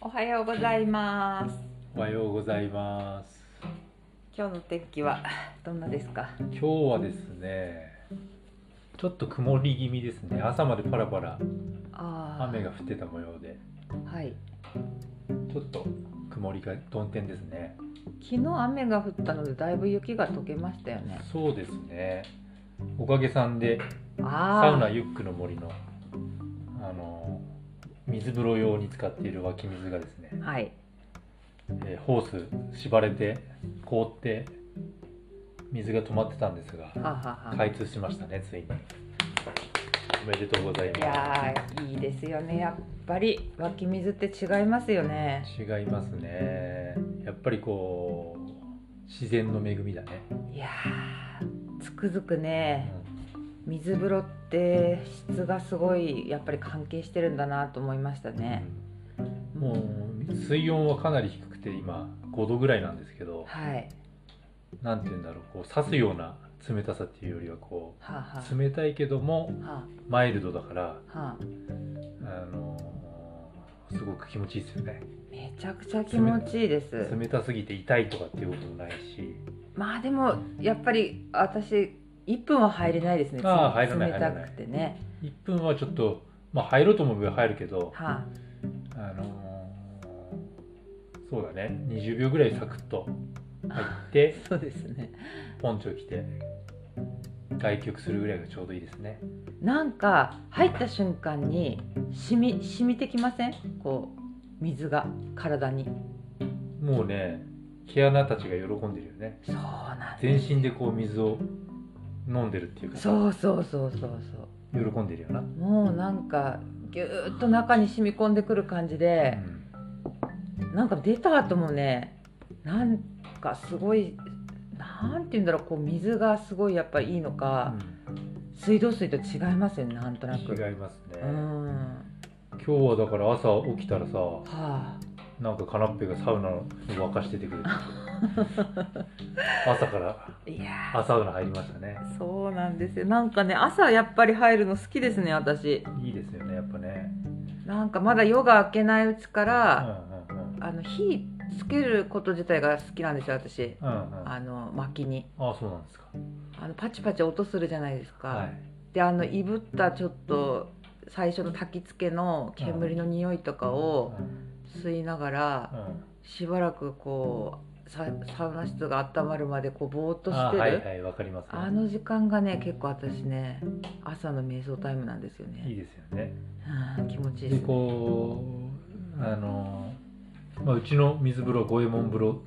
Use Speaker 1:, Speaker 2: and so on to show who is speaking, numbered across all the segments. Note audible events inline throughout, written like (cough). Speaker 1: はようございます
Speaker 2: おはようございます。
Speaker 1: 今日の天気はどんなですか
Speaker 2: 今日はですね、ちょっと曇り気味ですね。朝までパラパラ
Speaker 1: あー
Speaker 2: 雨が降ってた模様で、
Speaker 1: はい
Speaker 2: ちょっと曇りが曇天ですね。
Speaker 1: 昨日雨が降ったのでだいぶ雪が溶けましたよね
Speaker 2: そうですね。おかげさんでサウ
Speaker 1: あ
Speaker 2: ナ
Speaker 1: あ
Speaker 2: ユックの森のあの水風呂用に使っている湧き水がですね、
Speaker 1: はい
Speaker 2: えーホース縛れて凍って水が止まってたんですが、
Speaker 1: ははは
Speaker 2: 開通しましたね。ついに。おめでとうござい
Speaker 1: い
Speaker 2: ます。
Speaker 1: やーいいですよねやっぱり湧き水って違いますよね
Speaker 2: 違いますねやっぱりこう自然の恵みだね、
Speaker 1: いやーつくづく
Speaker 2: うん
Speaker 1: ね水風呂って質がすごいやっぱり関係してるんだなと思いましたね
Speaker 2: もう水温はかなり低くて今5度ぐらいなんですけど
Speaker 1: はい
Speaker 2: なんて言うんだろうこう刺すような冷たさっていうよりはこ
Speaker 1: はあ、は
Speaker 2: う冷たいけども
Speaker 1: あ、は
Speaker 2: マイルドだから、
Speaker 1: あ、はあ、
Speaker 2: あのーすごく気持ちいいですよね
Speaker 1: めちゃくちゃ気持ちいいです
Speaker 2: 冷たすぎて痛いとかっていうこともないし
Speaker 1: まあでもやっぱり私1分は入れないですね
Speaker 2: ああ入らない
Speaker 1: 冷たくてね
Speaker 2: 1分はちょっと、まあ、入ろうと思えば入るけど、
Speaker 1: は
Speaker 2: あのーそうだね20秒ぐらいサクッと入って
Speaker 1: (laughs) い、そうですね
Speaker 2: ポンチョ着て外局するぐらいがちょうどいいですね
Speaker 1: なんか入った瞬間にしみしみてきませんこう水が体に
Speaker 2: もうね毛穴たちが喜んでるよね
Speaker 1: そうなん
Speaker 2: 全
Speaker 1: です
Speaker 2: 身でこう水を飲んでるっていうか
Speaker 1: そうそうそうそうそう
Speaker 2: 喜んでるよな、
Speaker 1: もうなんかぎゅーっと中に染み込んでくる感じで
Speaker 2: うん
Speaker 1: なんか出た後もねなんかすごいなんて言うんだろうこう水がすごいやっぱいいのか、水道水と違いますよねなんとなく。
Speaker 2: 違いますね、
Speaker 1: うん
Speaker 2: 今日はだから朝起きたらさ
Speaker 1: は
Speaker 2: なんかカナッペがサウナを沸かしててく (laughs) れて朝から
Speaker 1: あ、いや
Speaker 2: 朝サウナ入りましたね
Speaker 1: ーそうなんですよなんかね朝やっぱり入るの好きですね私
Speaker 2: いいですよねやっぱね
Speaker 1: なんかまだ夜が明けないうちか
Speaker 2: うん
Speaker 1: ら、
Speaker 2: うんうん
Speaker 1: あの火つけること自体が好きなんですよ私
Speaker 2: うんうん、あ
Speaker 1: あの薪に
Speaker 2: そうなんですか。
Speaker 1: あのパチパチ音するじゃないですか、
Speaker 2: はい。
Speaker 1: であのいぶったちょっと最初の焚き付けの煙の匂いとかを
Speaker 2: うん
Speaker 1: 吸いながら
Speaker 2: うん
Speaker 1: しばらくこうササウナ室が温まるまでこうぼーっとして
Speaker 2: あ
Speaker 1: る、
Speaker 2: はいはいわかります、
Speaker 1: あの時間がね結構私ね朝の瞑想タイムなんですよ
Speaker 2: いい
Speaker 1: ね。
Speaker 2: ですよね。
Speaker 1: はあ気持ちいいで
Speaker 2: で
Speaker 1: す、ね。
Speaker 2: こうあのまあうちの水風呂五右衛門風呂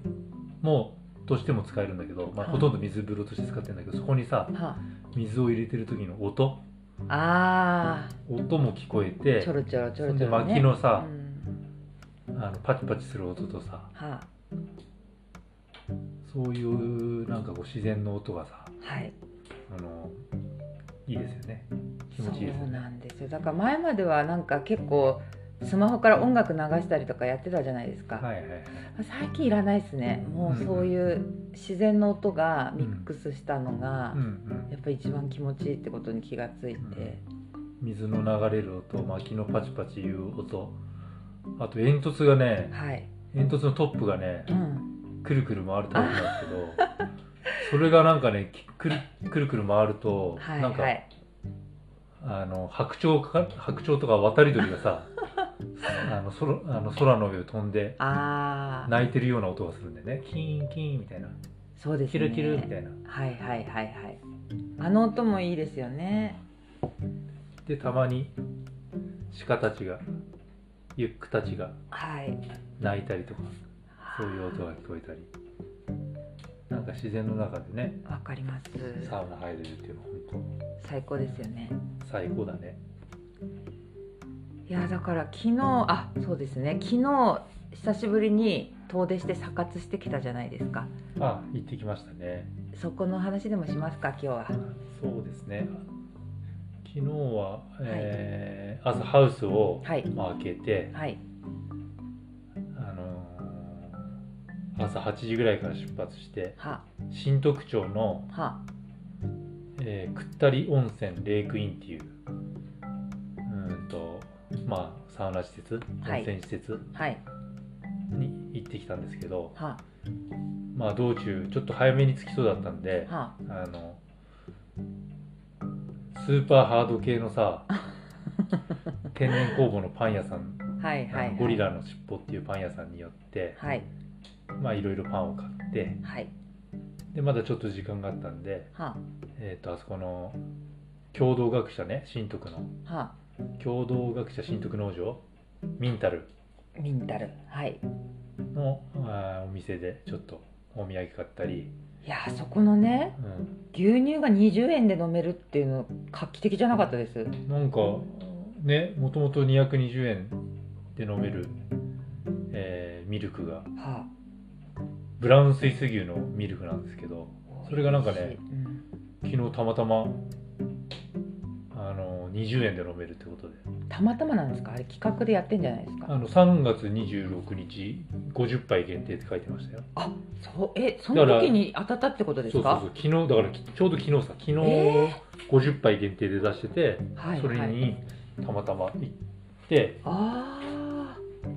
Speaker 2: もとしても使えるんだけど、まあ
Speaker 1: はい
Speaker 2: ほとんど水風呂として使ってるんだけど、そこにさ
Speaker 1: は
Speaker 2: 水を入れてる時の音
Speaker 1: あ、あ
Speaker 2: 音も聞こえ
Speaker 1: ー
Speaker 2: て
Speaker 1: ちょ、ろちょろちょろち
Speaker 2: で
Speaker 1: ょろ、ね。
Speaker 2: 薪の
Speaker 1: う
Speaker 2: さ、
Speaker 1: ん、
Speaker 2: あのパチパチする音とさ、
Speaker 1: はあ、
Speaker 2: そういうなんかこう自然の音がさ、
Speaker 1: はい。
Speaker 2: あのいいですよね。気持ちいいです
Speaker 1: そう
Speaker 2: ね。
Speaker 1: なんですよ。だから前まではなんか結構スマホから音楽流したりとかやってたじゃないですか。
Speaker 2: はいはいはい。
Speaker 1: 最近いらないですね。もうそういう自然の音がミックスしたのが
Speaker 2: うんうん。
Speaker 1: やっぱり一番気持ちいいってことに気がついて、
Speaker 2: 水の流れる音薪のパチパチいう音あと煙突がね
Speaker 1: はい。
Speaker 2: 煙突のトップがね
Speaker 1: うん。
Speaker 2: くるくる回るタイプなんですけどそれがなんかねきくるくるくる回ると、
Speaker 1: はい
Speaker 2: なんか
Speaker 1: はい。
Speaker 2: あの白鳥か白鳥とか渡り鳥がさ (laughs) あの空あの空の上を飛んで
Speaker 1: ああ、
Speaker 2: 鳴いてるような音がするんでねキーンキーンみたいな
Speaker 1: そうですね。
Speaker 2: キルキルみたいな、
Speaker 1: はいはいはいはいあの音もいいですよね
Speaker 2: でたまに鹿たちがユックたちが
Speaker 1: はい
Speaker 2: 鳴いたりとかそういう音が聞こえたり、なんか自然の中でね、
Speaker 1: わかります
Speaker 2: サウナ入れるっていうのは本
Speaker 1: 最高ですよね
Speaker 2: 当最高だね。
Speaker 1: いやだから昨日あそうですね昨日久しぶりに遠出して査活してきたじゃないですか
Speaker 2: あ、行ってきましたね。
Speaker 1: そこの話でもしますか今日は
Speaker 2: そうですね。昨日は、えー朝ハウスを、
Speaker 1: はい
Speaker 2: まあ開けて、
Speaker 1: はい
Speaker 2: あのー朝8時ぐらいから出発して
Speaker 1: は
Speaker 2: 新徳町の、
Speaker 1: は
Speaker 2: えーくったり温泉レイクインっていううーんとまあサウナ施設温
Speaker 1: はい
Speaker 2: 泉施設
Speaker 1: はい
Speaker 2: 行ってきたんですけど、
Speaker 1: は
Speaker 2: まあ、道中ちょっと早めに着きそうだったんで、
Speaker 1: あ、は
Speaker 2: あのスーパーハード系の
Speaker 1: (laughs)
Speaker 2: さ天然酵母のパン屋さん、
Speaker 1: あ、はいはい、
Speaker 2: あ
Speaker 1: は
Speaker 2: の
Speaker 1: い、
Speaker 2: ゴリラの尻尾っていうパン屋さんによって、
Speaker 1: はい
Speaker 2: まあいろいろパンを買って
Speaker 1: はい
Speaker 2: でまだちょっと時間があったんで、
Speaker 1: は
Speaker 2: えー、とあそこの共同学者ね新徳の
Speaker 1: あ、は
Speaker 2: 共同学者新徳農場ミンタル
Speaker 1: あ、ミンタルはい
Speaker 2: のあーお店でちょっとお土産買ったり、
Speaker 1: いやーそこのね
Speaker 2: う
Speaker 1: 牛乳が20円で飲めるっていうの画期的じゃなかったです
Speaker 2: ん、なんかねもともと220円で飲める、えーミルクが
Speaker 1: は
Speaker 2: ブラウンスイス牛のミルクなんですけど
Speaker 1: あ
Speaker 2: それがなんかね、
Speaker 1: うん
Speaker 2: 昨日たまたまあの20円で飲めるってことで
Speaker 1: たまたまなんですかあれ企画でやってんじゃないです
Speaker 2: あ
Speaker 1: か
Speaker 2: の3月26日50杯限定って書いてましたよ
Speaker 1: あそうえその時に当たったってことです
Speaker 2: そうそう
Speaker 1: か
Speaker 2: そう昨日だからきちょうど昨日さ昨日
Speaker 1: え
Speaker 2: 50杯限定で出してて、
Speaker 1: はい
Speaker 2: それ
Speaker 1: はい
Speaker 2: にたまたま行って
Speaker 1: ああ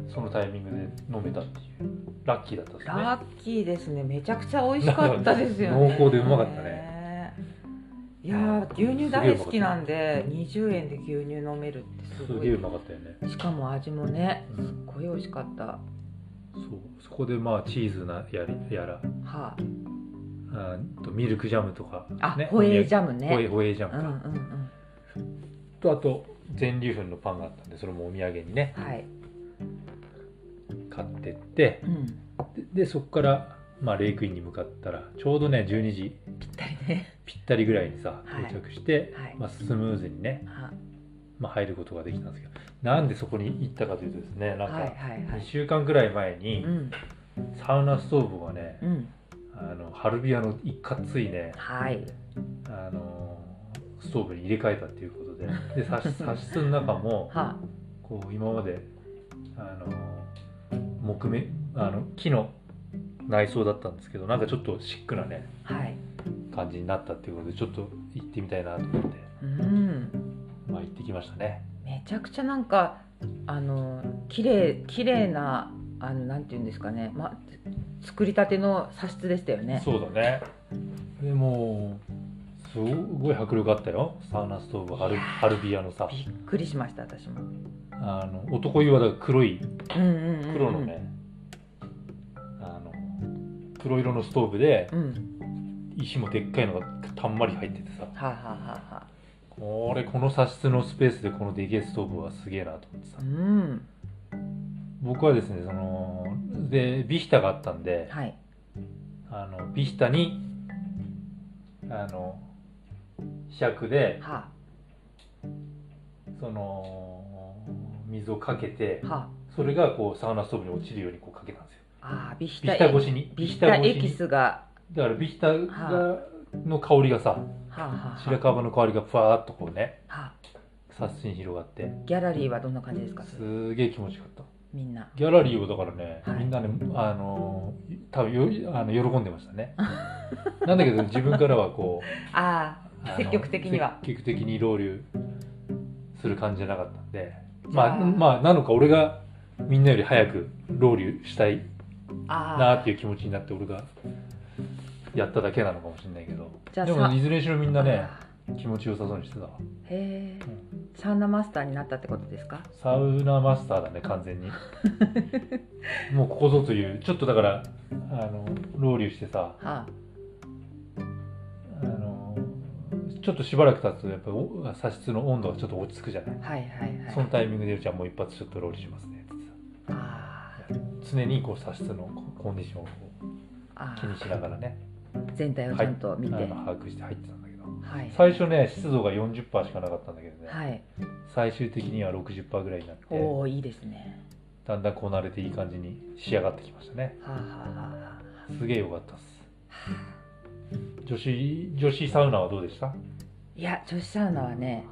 Speaker 2: そのタイミングで飲めたっていうラッキーだったですね
Speaker 1: ラッキーですね。めちゃくちゃ美味しかったですよね。
Speaker 2: 濃厚でうまかったね
Speaker 1: ね。いやー牛乳大好きなんで20円で牛乳飲めるってす
Speaker 2: す
Speaker 1: ご
Speaker 2: げえう
Speaker 1: い
Speaker 2: まかったよね、
Speaker 1: しかも味もね
Speaker 2: うん
Speaker 1: すっごい美味しかったは
Speaker 2: そうそこでまあチーズなやりやら
Speaker 1: あ
Speaker 2: あーとミルクジャムとか
Speaker 1: あ、
Speaker 2: ね
Speaker 1: ホエージャム
Speaker 2: ホエ
Speaker 1: ね
Speaker 2: ホエージャ
Speaker 1: う
Speaker 2: ム
Speaker 1: んう
Speaker 2: か、
Speaker 1: んうん
Speaker 2: とあと全粒粉のパンがあったんでそれもお土産にね
Speaker 1: はい
Speaker 2: 買ってって
Speaker 1: うん
Speaker 2: ででそこから、まあ、レイクインに向かったらちょうどね12時
Speaker 1: ぴったりね
Speaker 2: ぴったりぐらいにさ
Speaker 1: はい
Speaker 2: 到着して、
Speaker 1: はい
Speaker 2: まあ、スムーズにね、
Speaker 1: は
Speaker 2: まあ、入ることができたんですけどなんでそこに行ったかというとですねなん
Speaker 1: はいはい
Speaker 2: か
Speaker 1: は
Speaker 2: 2
Speaker 1: い
Speaker 2: 週間ぐらい前に
Speaker 1: うん
Speaker 2: サウナストーブがね
Speaker 1: うん
Speaker 2: あのハルビアの一括ついね
Speaker 1: はい
Speaker 2: あのストーブに入れ替えたっていうことで
Speaker 1: (laughs)
Speaker 2: でさ差し室の中も
Speaker 1: は
Speaker 2: こう今まであの木目あの木の内装だったんですけどなんかちょっとシックなね
Speaker 1: あはい
Speaker 2: 感じになったっていうことでちょっと行ってみたいなと思って、
Speaker 1: うん
Speaker 2: まあ、行ってきましたね
Speaker 1: めちゃくちゃなんかあの綺麗綺麗なあのなんていうんですかね、ま、作りたての茶室でしたよね。
Speaker 2: そうだねでもうすごい迫力あったよサウナストーブハル
Speaker 1: いやー
Speaker 2: ハルビアのさ
Speaker 1: びっくりしました私も。うん
Speaker 2: あの男湯はだから黒い
Speaker 1: うんうんうん、
Speaker 2: 黒のね、あの黒色のストーブで
Speaker 1: うん
Speaker 2: 石もでっかいのがたんまり入っててさ
Speaker 1: はあ、はあはあはあ、
Speaker 2: これこの茶室のスペースでこのでけえストーブはすげえなと思ってさ
Speaker 1: うん
Speaker 2: 僕はですねそのでビヒタがあったんで
Speaker 1: はい
Speaker 2: あのビヒタにあの柄杓で
Speaker 1: は
Speaker 2: その水をかけて
Speaker 1: あ、は
Speaker 2: それがこうサウナストーブに落ちるようにこうかけたんですよ
Speaker 1: あ、あービヒ
Speaker 2: ビ
Speaker 1: タ
Speaker 2: ヒタ
Speaker 1: エ
Speaker 2: 越しに
Speaker 1: ビヒタ
Speaker 2: 越し
Speaker 1: エ
Speaker 2: に
Speaker 1: キスが
Speaker 2: だからビヒタがの香りがさ
Speaker 1: はあ、はあ
Speaker 2: 白
Speaker 1: は
Speaker 2: 樺の香りがふわーっとこうね
Speaker 1: あ、は
Speaker 2: 察しに広がって
Speaker 1: あ、ギャラリーはどんな感じですか
Speaker 2: すげえ気持ちよかった
Speaker 1: みんな。
Speaker 2: ギャラリーをだからね、
Speaker 1: はい
Speaker 2: みんなねあのー多分よあの喜んでましたねなんだけど自分からはこ
Speaker 1: あ
Speaker 2: うあの
Speaker 1: 積極的には
Speaker 2: 積極的にロウリュする感じじゃなかったんで
Speaker 1: じゃ
Speaker 2: まあ
Speaker 1: あ
Speaker 2: まあなのか俺がみんなより早くロウリュしたい
Speaker 1: ああ
Speaker 2: なーって
Speaker 1: い
Speaker 2: いう気持ちになって俺がやっただけなのかもしれないけど
Speaker 1: じゃあ
Speaker 2: で
Speaker 1: さ
Speaker 2: もいずれにしろみんなね
Speaker 1: あ
Speaker 2: 気持ちよさそうにしてたわ
Speaker 1: ーへえ、サウナマスターになったってことですか
Speaker 2: サウナマスターだね完
Speaker 1: (laughs)
Speaker 2: 全にもうここぞというちょっとだからあのロウリュしてさ
Speaker 1: は
Speaker 2: あのちょっとしばらく経つとやっぱお茶室の温度がちょっと落ち着くじゃない
Speaker 1: あ、はいはいはい
Speaker 2: そのタイミングでじゃあもう一発ちょっとロウリュしますねって
Speaker 1: あー
Speaker 2: さ常にこう茶室のコンディションをこ
Speaker 1: あ
Speaker 2: う気にし
Speaker 1: ー
Speaker 2: ながらね
Speaker 1: 全体をちゃんと見て、
Speaker 2: あ
Speaker 1: は
Speaker 2: の
Speaker 1: い、
Speaker 2: 把握して入ってたんだけど
Speaker 1: はい、
Speaker 2: 最初ね湿度が40%しかなかったんだけどね、
Speaker 1: はい、
Speaker 2: 最終的には60%ぐらいになって
Speaker 1: おおいいですね。
Speaker 2: だんだんこう慣れていい感じに仕上がってきましたね
Speaker 1: はあ、は
Speaker 2: すげえ良かったっす。女子、女子サウナはどうでした
Speaker 1: い、いや女子サウナはね、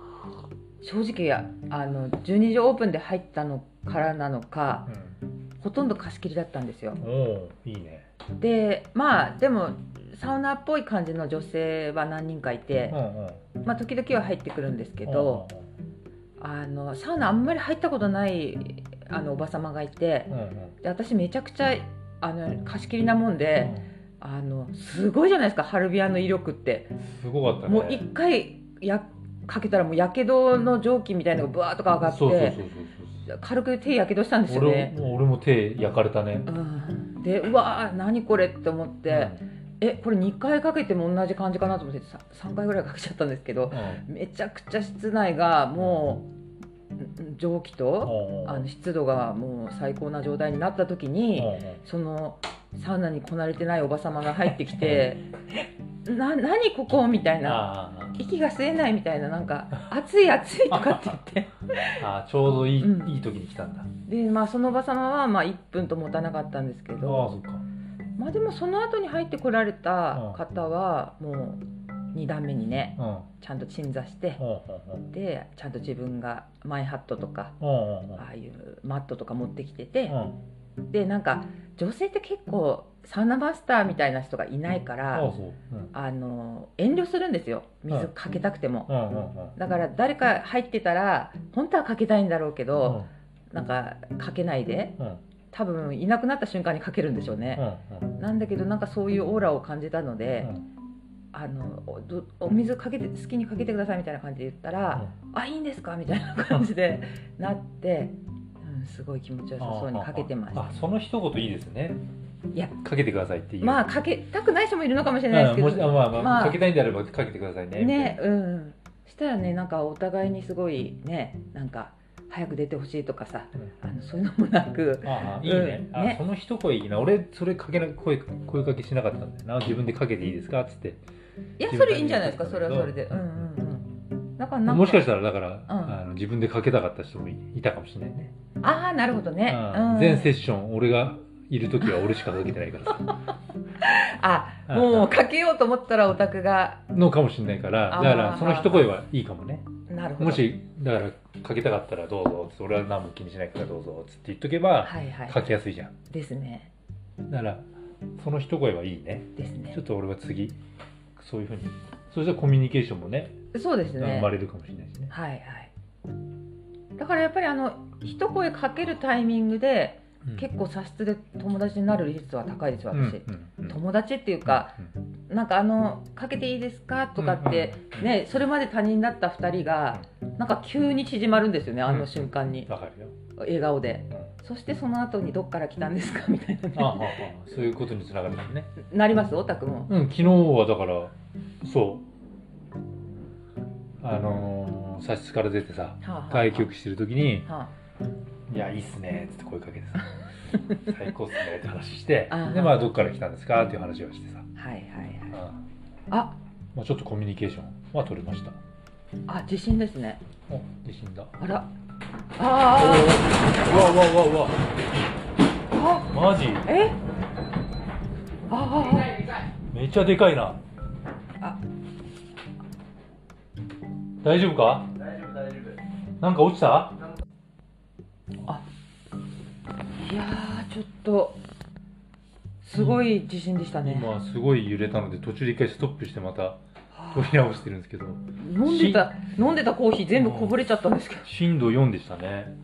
Speaker 1: 正直やあの12時オープンで入ったのからなのか、ほとんど貸し切りだったんですよ。
Speaker 2: おおー、いいね。
Speaker 1: で、まあでもサウナっぽい感じの女性は何人かいて
Speaker 2: うん、うん。
Speaker 1: まあ時々は入ってくるんですけ
Speaker 2: け
Speaker 1: ど、、あのサウナあんまり入ったことないあのおばさまがいて
Speaker 2: うん、う、ん。
Speaker 1: で私めちゃくちゃあの貸し切りなもんで、あのすごいじゃないですかハルビアの威力って
Speaker 2: すごかったね
Speaker 1: もう一回やかけたらもうやけどの蒸気みたいなのがぶわーっとか上がって
Speaker 2: そうそうそうそう
Speaker 1: 軽く手やけどしたんです
Speaker 2: そう
Speaker 1: よ
Speaker 2: 俺
Speaker 1: ね、
Speaker 2: も俺も手焼かれたね
Speaker 1: うん、でうわー何これって思って、えこれ2回かけても同じ感じかなと思ってさ3回ぐらいかけちゃったんですけど
Speaker 2: うんうん
Speaker 1: めちゃくちゃ室内がもうん蒸気と
Speaker 2: うん
Speaker 1: あの湿度がもう最高な状態になった時に、そのサウナにこなれてないおばさまが入ってきて「な何ここ?」みたいな
Speaker 2: あー
Speaker 1: 「息が吸えない」みたいななんか「暑い暑い」とかって言って
Speaker 2: あーちょうどいい,、
Speaker 1: うん
Speaker 2: いい時に来たんだあ
Speaker 1: で、まあ、そのおばさまはまあ1分と持たなかったんですけ
Speaker 2: あ
Speaker 1: ど
Speaker 2: そっか
Speaker 1: まあでもその後に入ってこられた方はもう2段目にね
Speaker 2: うん
Speaker 1: ちゃんと鎮座して
Speaker 2: うん
Speaker 1: でちゃんと自分がマイハットとか
Speaker 2: うんうんうん
Speaker 1: ああいうマットとか持ってきてて
Speaker 2: う、ん
Speaker 1: でなんか女性って結構サウナマスターみたいな人がいないか
Speaker 2: ああ
Speaker 1: ら、
Speaker 2: そううん
Speaker 1: あの遠慮するんですよ水かけたくても、
Speaker 2: うんうんうん
Speaker 1: だから誰か入ってたら本当はかけたいんだろうけど、なんかかけないで
Speaker 2: うんうん
Speaker 1: 多分いなくなった瞬間にかけるんでしょう
Speaker 2: う
Speaker 1: ね、
Speaker 2: んうん
Speaker 1: なんだけどなんかそういうオーラを感じたの
Speaker 2: う
Speaker 1: で、
Speaker 2: ん
Speaker 1: あのおどお水かけて好きにかけてくださいみたいな感じで言ったら、あいいんですかみたいな感じでなって、うん、すごい気持ちよさそうにかけてました
Speaker 2: あその一言いいですね
Speaker 1: いや
Speaker 2: かけてくださいっていう
Speaker 1: まあかけたくない人もいるのかもしれ
Speaker 2: うん
Speaker 1: ないですけど、
Speaker 2: もしあまあまあ、
Speaker 1: まあ
Speaker 2: かけたいんであればかけてくださいねみたいな
Speaker 1: ねうんしたらねなんかお互いにすごいねなんか早く出てほしいとかさ
Speaker 2: うん
Speaker 1: あのそういうのもなく
Speaker 2: ああいいね,、
Speaker 1: うん
Speaker 2: あ
Speaker 1: ね
Speaker 2: その一声いいな俺それかけな声声かけしなかったんだよな自分でかけていいですかっつって
Speaker 1: いやそれいいんじゃないですかそれはそれでうんうんうんだからなんか
Speaker 2: もしかしたらだから、
Speaker 1: うん
Speaker 2: あの自分でかけたかった人もいいたかもしれないね、
Speaker 1: ああなるほどね、
Speaker 2: うん
Speaker 1: うん
Speaker 2: 全セッション俺がいる時は俺しかかけてな
Speaker 1: (laughs)
Speaker 2: いからさ
Speaker 1: あ
Speaker 2: うん
Speaker 1: もうかけようと思ったらオタクが
Speaker 2: のかもしれないからだから
Speaker 1: あー
Speaker 2: その一声はいいかもね
Speaker 1: なるほど
Speaker 2: もしだからかけたかったらどうぞっつって俺は何も気にしないからどうぞっつって言っとけば、
Speaker 1: はいはい
Speaker 2: かけやすいじゃん
Speaker 1: ですね
Speaker 2: だからその一声はいいね
Speaker 1: です
Speaker 2: ちょ
Speaker 1: ね
Speaker 2: っと俺は次そういうふうにそしたらコミュニケーションもね
Speaker 1: そうです
Speaker 2: 生
Speaker 1: ね
Speaker 2: まれるかもしれないしね
Speaker 1: はいはいだからやっぱりあの一声かけるタイミングで
Speaker 2: うん
Speaker 1: 結構茶室で友達になる率は高いですよ私、
Speaker 2: うんうんうん
Speaker 1: 友達っていうか、なんかあの「かけていいですか?」とかって、
Speaker 2: うんうん
Speaker 1: ね、それまで他人だった2人がなんか急に縮まるんですよねあの瞬間に、
Speaker 2: わかるよ、
Speaker 1: 笑顔で
Speaker 2: うん
Speaker 1: そしてその後に「どっから来たんですか?」みたいな、
Speaker 2: あああ
Speaker 1: ね、
Speaker 2: あそういうことにつながるんだよね
Speaker 1: なりますオタクも
Speaker 2: うん昨日はだからそうあのー、差し支から出てさ
Speaker 1: はあはあ
Speaker 2: 外局してる時に
Speaker 1: は
Speaker 2: 「いやいいっすね」って声かけてさ
Speaker 1: (laughs)
Speaker 2: 「最高っすね」って話して
Speaker 1: あ
Speaker 2: でまあどっから来たんですかっていう話をしてさ、
Speaker 1: あはいはい
Speaker 2: うん
Speaker 1: はい
Speaker 2: ま
Speaker 1: あ
Speaker 2: あ、ちょっとコミュニケーションは取れました
Speaker 1: あ地震ですね
Speaker 2: お地震だ
Speaker 1: あらあ
Speaker 2: うわうわうわう
Speaker 1: ー
Speaker 2: わ
Speaker 1: あ
Speaker 2: マジ
Speaker 1: えあ
Speaker 2: めっちゃでかいな
Speaker 1: あ
Speaker 2: 大丈夫か大丈夫大丈夫なんか落ちた
Speaker 1: ーいやーちょっとすごい地震でしたね、
Speaker 2: 今すごい揺れたので途中で一回ストップしてまた取
Speaker 1: は
Speaker 2: り直してるんですけど
Speaker 1: あ飲んでた飲んでたコーヒー全部こぼれちゃったんですけど
Speaker 2: 震度4でしたね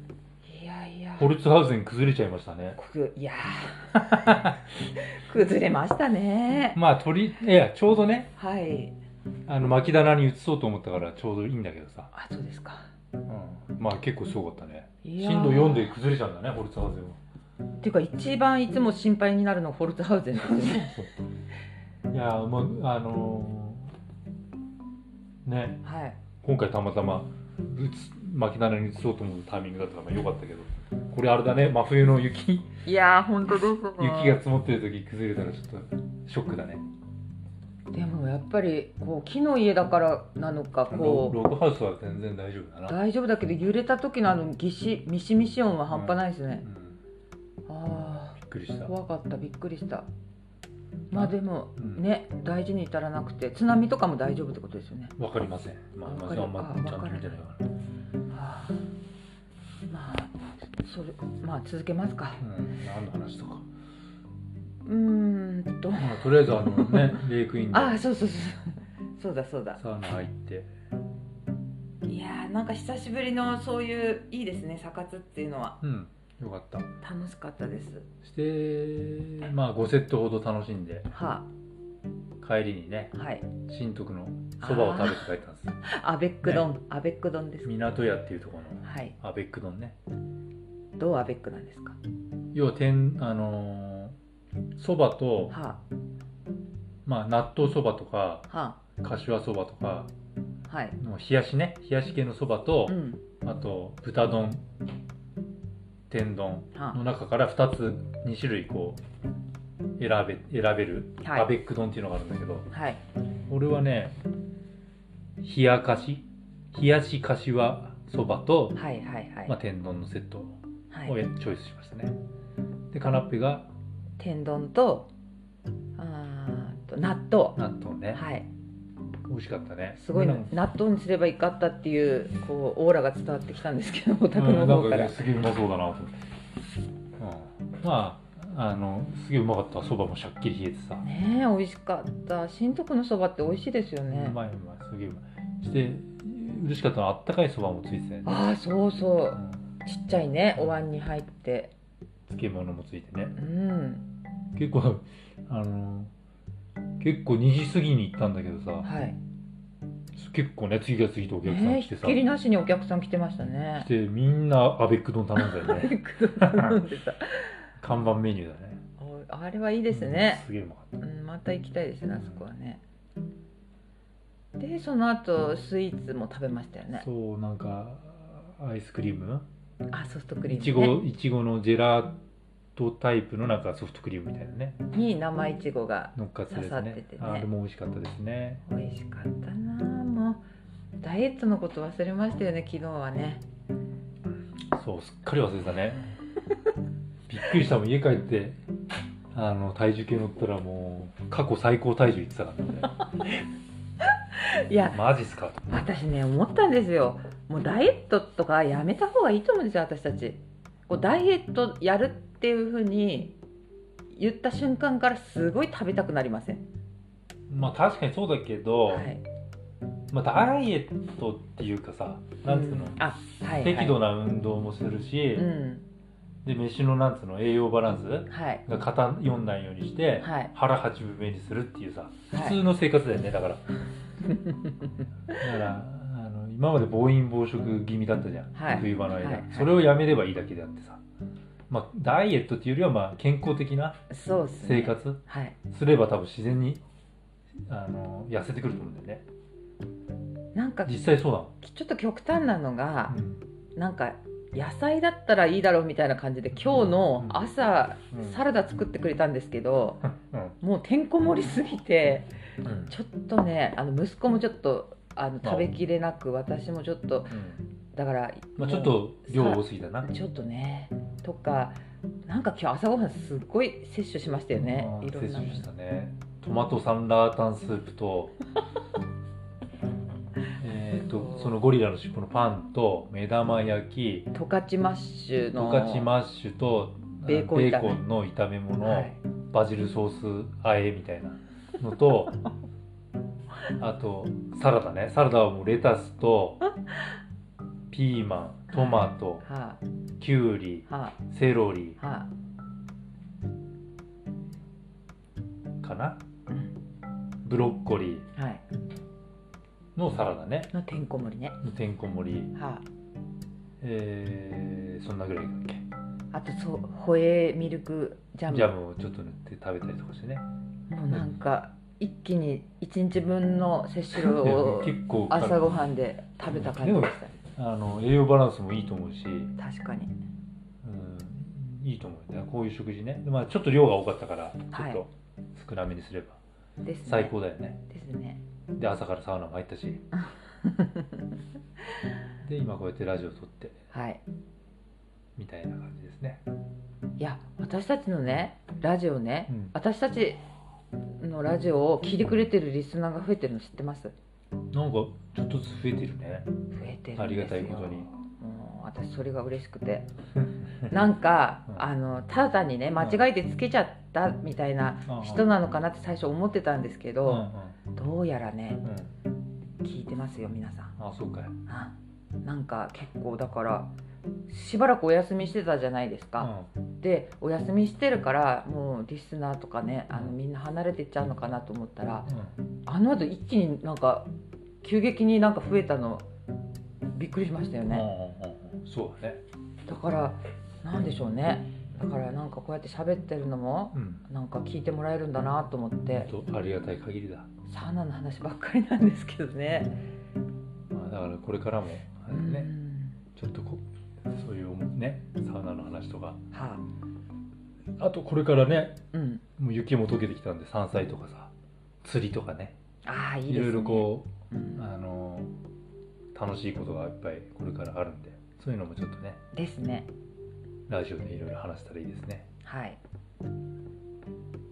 Speaker 1: いやいや
Speaker 2: ホルツハウゼン崩れちゃいましたね
Speaker 1: くいやー崩れましたね
Speaker 2: まあ取りいやちょうどね
Speaker 1: はい
Speaker 2: あの巻き棚に移そうと思ったからちょうどいいんだけどさ、
Speaker 1: あそうですか
Speaker 2: うん、まあ結構すごかったね
Speaker 1: いやー
Speaker 2: 震度4で崩れちゃうんだねホルツハウゼンは
Speaker 1: っていうか一番いつも心配になるのはホルツハウゼンですよ
Speaker 2: (laughs)
Speaker 1: ね
Speaker 2: いやーまああのーね
Speaker 1: はい
Speaker 2: 今回たまたまうつ巻き棚に移そうと思うタイミングだったからまあ良かったけどこれあれだね真冬の雪
Speaker 1: いやー本当です
Speaker 2: 雪が積もってる時崩れたらちょっとショックだね
Speaker 1: でもやっぱりこう木の家だからなのか
Speaker 2: ロ
Speaker 1: こ
Speaker 2: ログハウスは全然大丈夫だ
Speaker 1: う
Speaker 2: な、
Speaker 1: 大丈夫だけど揺れた時のあのぎしミシミシ音は半端ないですね
Speaker 2: う、ん、
Speaker 1: あ
Speaker 2: びっくりした
Speaker 1: あ怖かったびっくりしたまあでも
Speaker 2: うん
Speaker 1: ね大事に至らなくて津波とかも大丈夫ってことですよね
Speaker 2: わかりませんまあ
Speaker 1: わ
Speaker 2: ま
Speaker 1: か
Speaker 2: ず
Speaker 1: る
Speaker 2: あんま
Speaker 1: あ
Speaker 2: ちゃんと見てないから、
Speaker 1: はあまあそれまあ続けますか
Speaker 2: うん、何の話とか、
Speaker 1: うーんと
Speaker 2: まあ、とりあえずあの
Speaker 1: (laughs)
Speaker 2: ねレイクインで
Speaker 1: ああそうそうそうそうだそうだ
Speaker 2: サウナ入って
Speaker 1: いやーなんか久しぶりのそういういいですねサ活っていうのは
Speaker 2: うんよかった
Speaker 1: 楽しかったです
Speaker 2: してまあ5セットほど楽しんで
Speaker 1: は
Speaker 2: 帰りにね
Speaker 1: はい
Speaker 2: 新徳のそばを食べて帰ったんです
Speaker 1: アベック丼、アベック丼です
Speaker 2: 港屋っていうところ
Speaker 1: はい
Speaker 2: のアベック丼ね
Speaker 1: どうアベックなんですか
Speaker 2: 要は天あのーそばと、
Speaker 1: は
Speaker 2: まあ、納豆そばとか
Speaker 1: あは
Speaker 2: かしわそばとか
Speaker 1: あはい
Speaker 2: の冷やしね冷やし系のそばと
Speaker 1: う、ん
Speaker 2: あと豚丼天丼
Speaker 1: は
Speaker 2: の中から2つ2種類こう選べ選べる、
Speaker 1: あは
Speaker 2: アベ
Speaker 1: い
Speaker 2: ック丼っていうのがあるんだけど
Speaker 1: はい
Speaker 2: 俺はね冷やかし冷やしかしわそばと、
Speaker 1: はいはいはい
Speaker 2: まあ、天丼のセット
Speaker 1: はい
Speaker 2: をえチョイスしましたねでカナッペが
Speaker 1: 天丼とあーと納豆
Speaker 2: 納豆ね、
Speaker 1: はい
Speaker 2: 美味しかったね
Speaker 1: すごい
Speaker 2: な
Speaker 1: なん
Speaker 2: か
Speaker 1: 納豆にすればいかったっていうこうオーラが伝わってきたんですけどお宅
Speaker 2: う
Speaker 1: の
Speaker 2: んな
Speaker 1: 方
Speaker 2: ん
Speaker 1: か、
Speaker 2: からねすげえうまそうだなと思って、うん、まああのすげえうまかったそばもシャッキリ冷えてさ、
Speaker 1: ねえ美味しかった新徳のそばって美味しいですよね
Speaker 2: うまいうまいすげえうまいして嬉しかったのはあったかいそばもついてたよね、
Speaker 1: ああそうそううんちっちゃいねお椀に入って
Speaker 2: 漬物もついてね
Speaker 1: うん
Speaker 2: 結構あの結構2時過ぎに行ったんだけどさ
Speaker 1: はい
Speaker 2: 結構ね次が次とお客さ
Speaker 1: ねえ
Speaker 2: ん来
Speaker 1: ひ
Speaker 2: て
Speaker 1: っ
Speaker 2: さ、
Speaker 1: きりなしにお客さん来てましたね
Speaker 2: してみんなアベック丼頼んだよ
Speaker 1: (laughs)
Speaker 2: ね
Speaker 1: 頼んで
Speaker 2: (laughs)
Speaker 1: た
Speaker 2: 看板メニューだね
Speaker 1: おあれはいいですね
Speaker 2: うん、すげえうまかった
Speaker 1: うん、また行きたいですねあそこはねでその後スイーツも食べましたよね
Speaker 2: そうなんかアイスクリーム
Speaker 1: あソフトクリ
Speaker 2: いち
Speaker 1: ーム、ね、
Speaker 2: ごいちごのジェラートタイプのなんかソフトクリームみたいなね
Speaker 1: に生いちごが
Speaker 2: 乗っかってです
Speaker 1: 刺さ
Speaker 2: ね
Speaker 1: っててね
Speaker 2: あれも美味しかったですね
Speaker 1: 美味しかったなもうダイエットのこと忘れましたよね昨日はね
Speaker 2: そうすっかり忘れてたね (laughs) びっくりしたもん家帰ってあの体重計乗ったらもう過去最高体重いってたから
Speaker 1: いや
Speaker 2: ねマジっすかと
Speaker 1: 私ね思ったんですよもうダイエットとかやめた方がいいと思うんですよ私たちこうダイエットやるっていうふうに言った瞬間からすごい食べたくなりません、
Speaker 2: まあ確かにそうだけど、
Speaker 1: はい、
Speaker 2: まあ、ダイエットっていうかさなんつう
Speaker 1: ん
Speaker 2: の、
Speaker 1: あはい、はい、
Speaker 2: 適度な運動もするし、
Speaker 1: うん
Speaker 2: で飯のなんつうの栄養バランス
Speaker 1: はい
Speaker 2: が偏んないようにして、
Speaker 1: はい
Speaker 2: 腹八分目にするっていうさ
Speaker 1: はい
Speaker 2: 普通の生活だよねだか
Speaker 1: (laughs)
Speaker 2: らだからあの今まで暴飲暴食気味だったじゃん、
Speaker 1: はい
Speaker 2: 冬場の間、
Speaker 1: はいはい
Speaker 2: それをやめればいいだけであってさ、まあ、ダイエットっていうよりはまあ健康的な
Speaker 1: そうですね
Speaker 2: 生活
Speaker 1: はい
Speaker 2: すれば多分自然にあの痩せてくると思うんだよね
Speaker 1: なんか
Speaker 2: 実
Speaker 1: ち
Speaker 2: 際そう
Speaker 1: ょっと極端なの
Speaker 2: な
Speaker 1: が
Speaker 2: の、、
Speaker 1: なんか野菜だったらいいだろうみたいな感じで今日の朝、
Speaker 2: うんうん
Speaker 1: サラダ作ってくれたんですけど
Speaker 2: うん
Speaker 1: もうてんこ盛りすぎて
Speaker 2: うんうん
Speaker 1: ちょっとねあの息子もちょっとあの食べきれなく私もちょっとだから、
Speaker 2: まあ、ちょっ
Speaker 1: も
Speaker 2: と量多すぎたな
Speaker 1: うちょっとねとかなんか今日朝ごはんすっごい摂取しましたよね
Speaker 2: うん
Speaker 1: いろんな
Speaker 2: 摂取したねトマトサンラータンスープ
Speaker 1: (laughs)
Speaker 2: とえっとそのゴリラの尻尾のパンと目玉焼き
Speaker 1: トカチマッシュ
Speaker 2: ト
Speaker 1: の
Speaker 2: カチマッシュとあの
Speaker 1: ベーコン炒め
Speaker 2: ベーコンの炒め物、
Speaker 1: はい
Speaker 2: バジルソースあえみたいなの
Speaker 1: (laughs)
Speaker 2: とあとサラダねサラダはもうレタスとピーマントマト
Speaker 1: は
Speaker 2: きゅうり
Speaker 1: あ、は
Speaker 2: セロリ
Speaker 1: あ、はあ
Speaker 2: かな
Speaker 1: うん
Speaker 2: ブロッコリー
Speaker 1: はい
Speaker 2: のサラダね
Speaker 1: のてんこ盛りね
Speaker 2: のてんこ盛り
Speaker 1: は
Speaker 2: えーそんなぐらいだっけ
Speaker 1: ああとそうホエーミルクジャム
Speaker 2: ジャムをちょっと塗って食べたりとかしてね
Speaker 1: もうなんか一気に1日分の摂取量を
Speaker 2: (laughs) 結構か
Speaker 1: 朝ごはんで食べた感じでしたね
Speaker 2: あの栄養バランスもいいと思うし、うん、
Speaker 1: 確かに
Speaker 2: いいと思うよねこういう食事ね、まあ、ちょっと量が多かったからちょ
Speaker 1: は
Speaker 2: っ
Speaker 1: い
Speaker 2: と少なめにすれば
Speaker 1: ですね
Speaker 2: 最高だよね
Speaker 1: ですね
Speaker 2: で朝からサウナも入っ
Speaker 1: (laughs)
Speaker 2: たしで今こうやってラジオ撮って
Speaker 1: はい
Speaker 2: みたいな感じですね、
Speaker 1: いや私たちのねラジオね、
Speaker 2: うん
Speaker 1: 私たちのラジオを聞いてくれてるリスナーが増えてるの知ってます増
Speaker 2: なんかちょっとずつ増えてるね
Speaker 1: えてるんですよ
Speaker 2: ありがたいことに
Speaker 1: もう私それが嬉しく
Speaker 2: (laughs)
Speaker 1: てなんか、
Speaker 2: うん
Speaker 1: あのただ単にね間違えてつけちゃったみたいな人なのかなって最初思ってたんですけ
Speaker 2: うんう
Speaker 1: ど、
Speaker 2: ん
Speaker 1: どうやらね
Speaker 2: うん
Speaker 1: 聞いてますよ皆さん
Speaker 2: あそうかい
Speaker 1: あなんか結構だからしばらくお休みしてたじゃないですか、
Speaker 2: う
Speaker 1: でお休みしてるからもうリスナーとかねあの
Speaker 2: うん
Speaker 1: みんな離れてっちゃうのかなと思ったら
Speaker 2: んうん
Speaker 1: あの後一気になんか急激になんか増えたのびっくりしましたよね、
Speaker 2: うんうんうんうんそうだね
Speaker 1: だからなんでしょうねだからなんかこうやって喋ってるのも
Speaker 2: うん
Speaker 1: なんか聞いてもらえるんだなと思って
Speaker 2: ほんとありがたい限りだ、
Speaker 1: サウナの話ばっかりなんですけどね。
Speaker 2: まあ、だからこれからもあれ
Speaker 1: う
Speaker 2: ね
Speaker 1: ん
Speaker 2: ちょっとこそういうねサウナの話とか
Speaker 1: はあ、
Speaker 2: あとこれからね
Speaker 1: うん、
Speaker 2: もう雪も溶けてきたんで山菜とかさ釣りとかね
Speaker 1: ああいい
Speaker 2: い
Speaker 1: ですね。
Speaker 2: ろいろこ
Speaker 1: う、
Speaker 2: うんあの楽しいことがいっぱいこれからあるんでそういうのもちょっとね
Speaker 1: ですね。
Speaker 2: ラジオでいろいろ話したらいいですね
Speaker 1: はい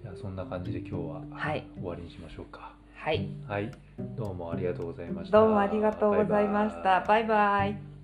Speaker 2: じゃあそんな感じで今日は、
Speaker 1: はい
Speaker 2: 終わりにしましょうか
Speaker 1: はい
Speaker 2: はいどうもありがとうございました
Speaker 1: どうもありがとうございました。
Speaker 2: バイバイ
Speaker 1: バイバイ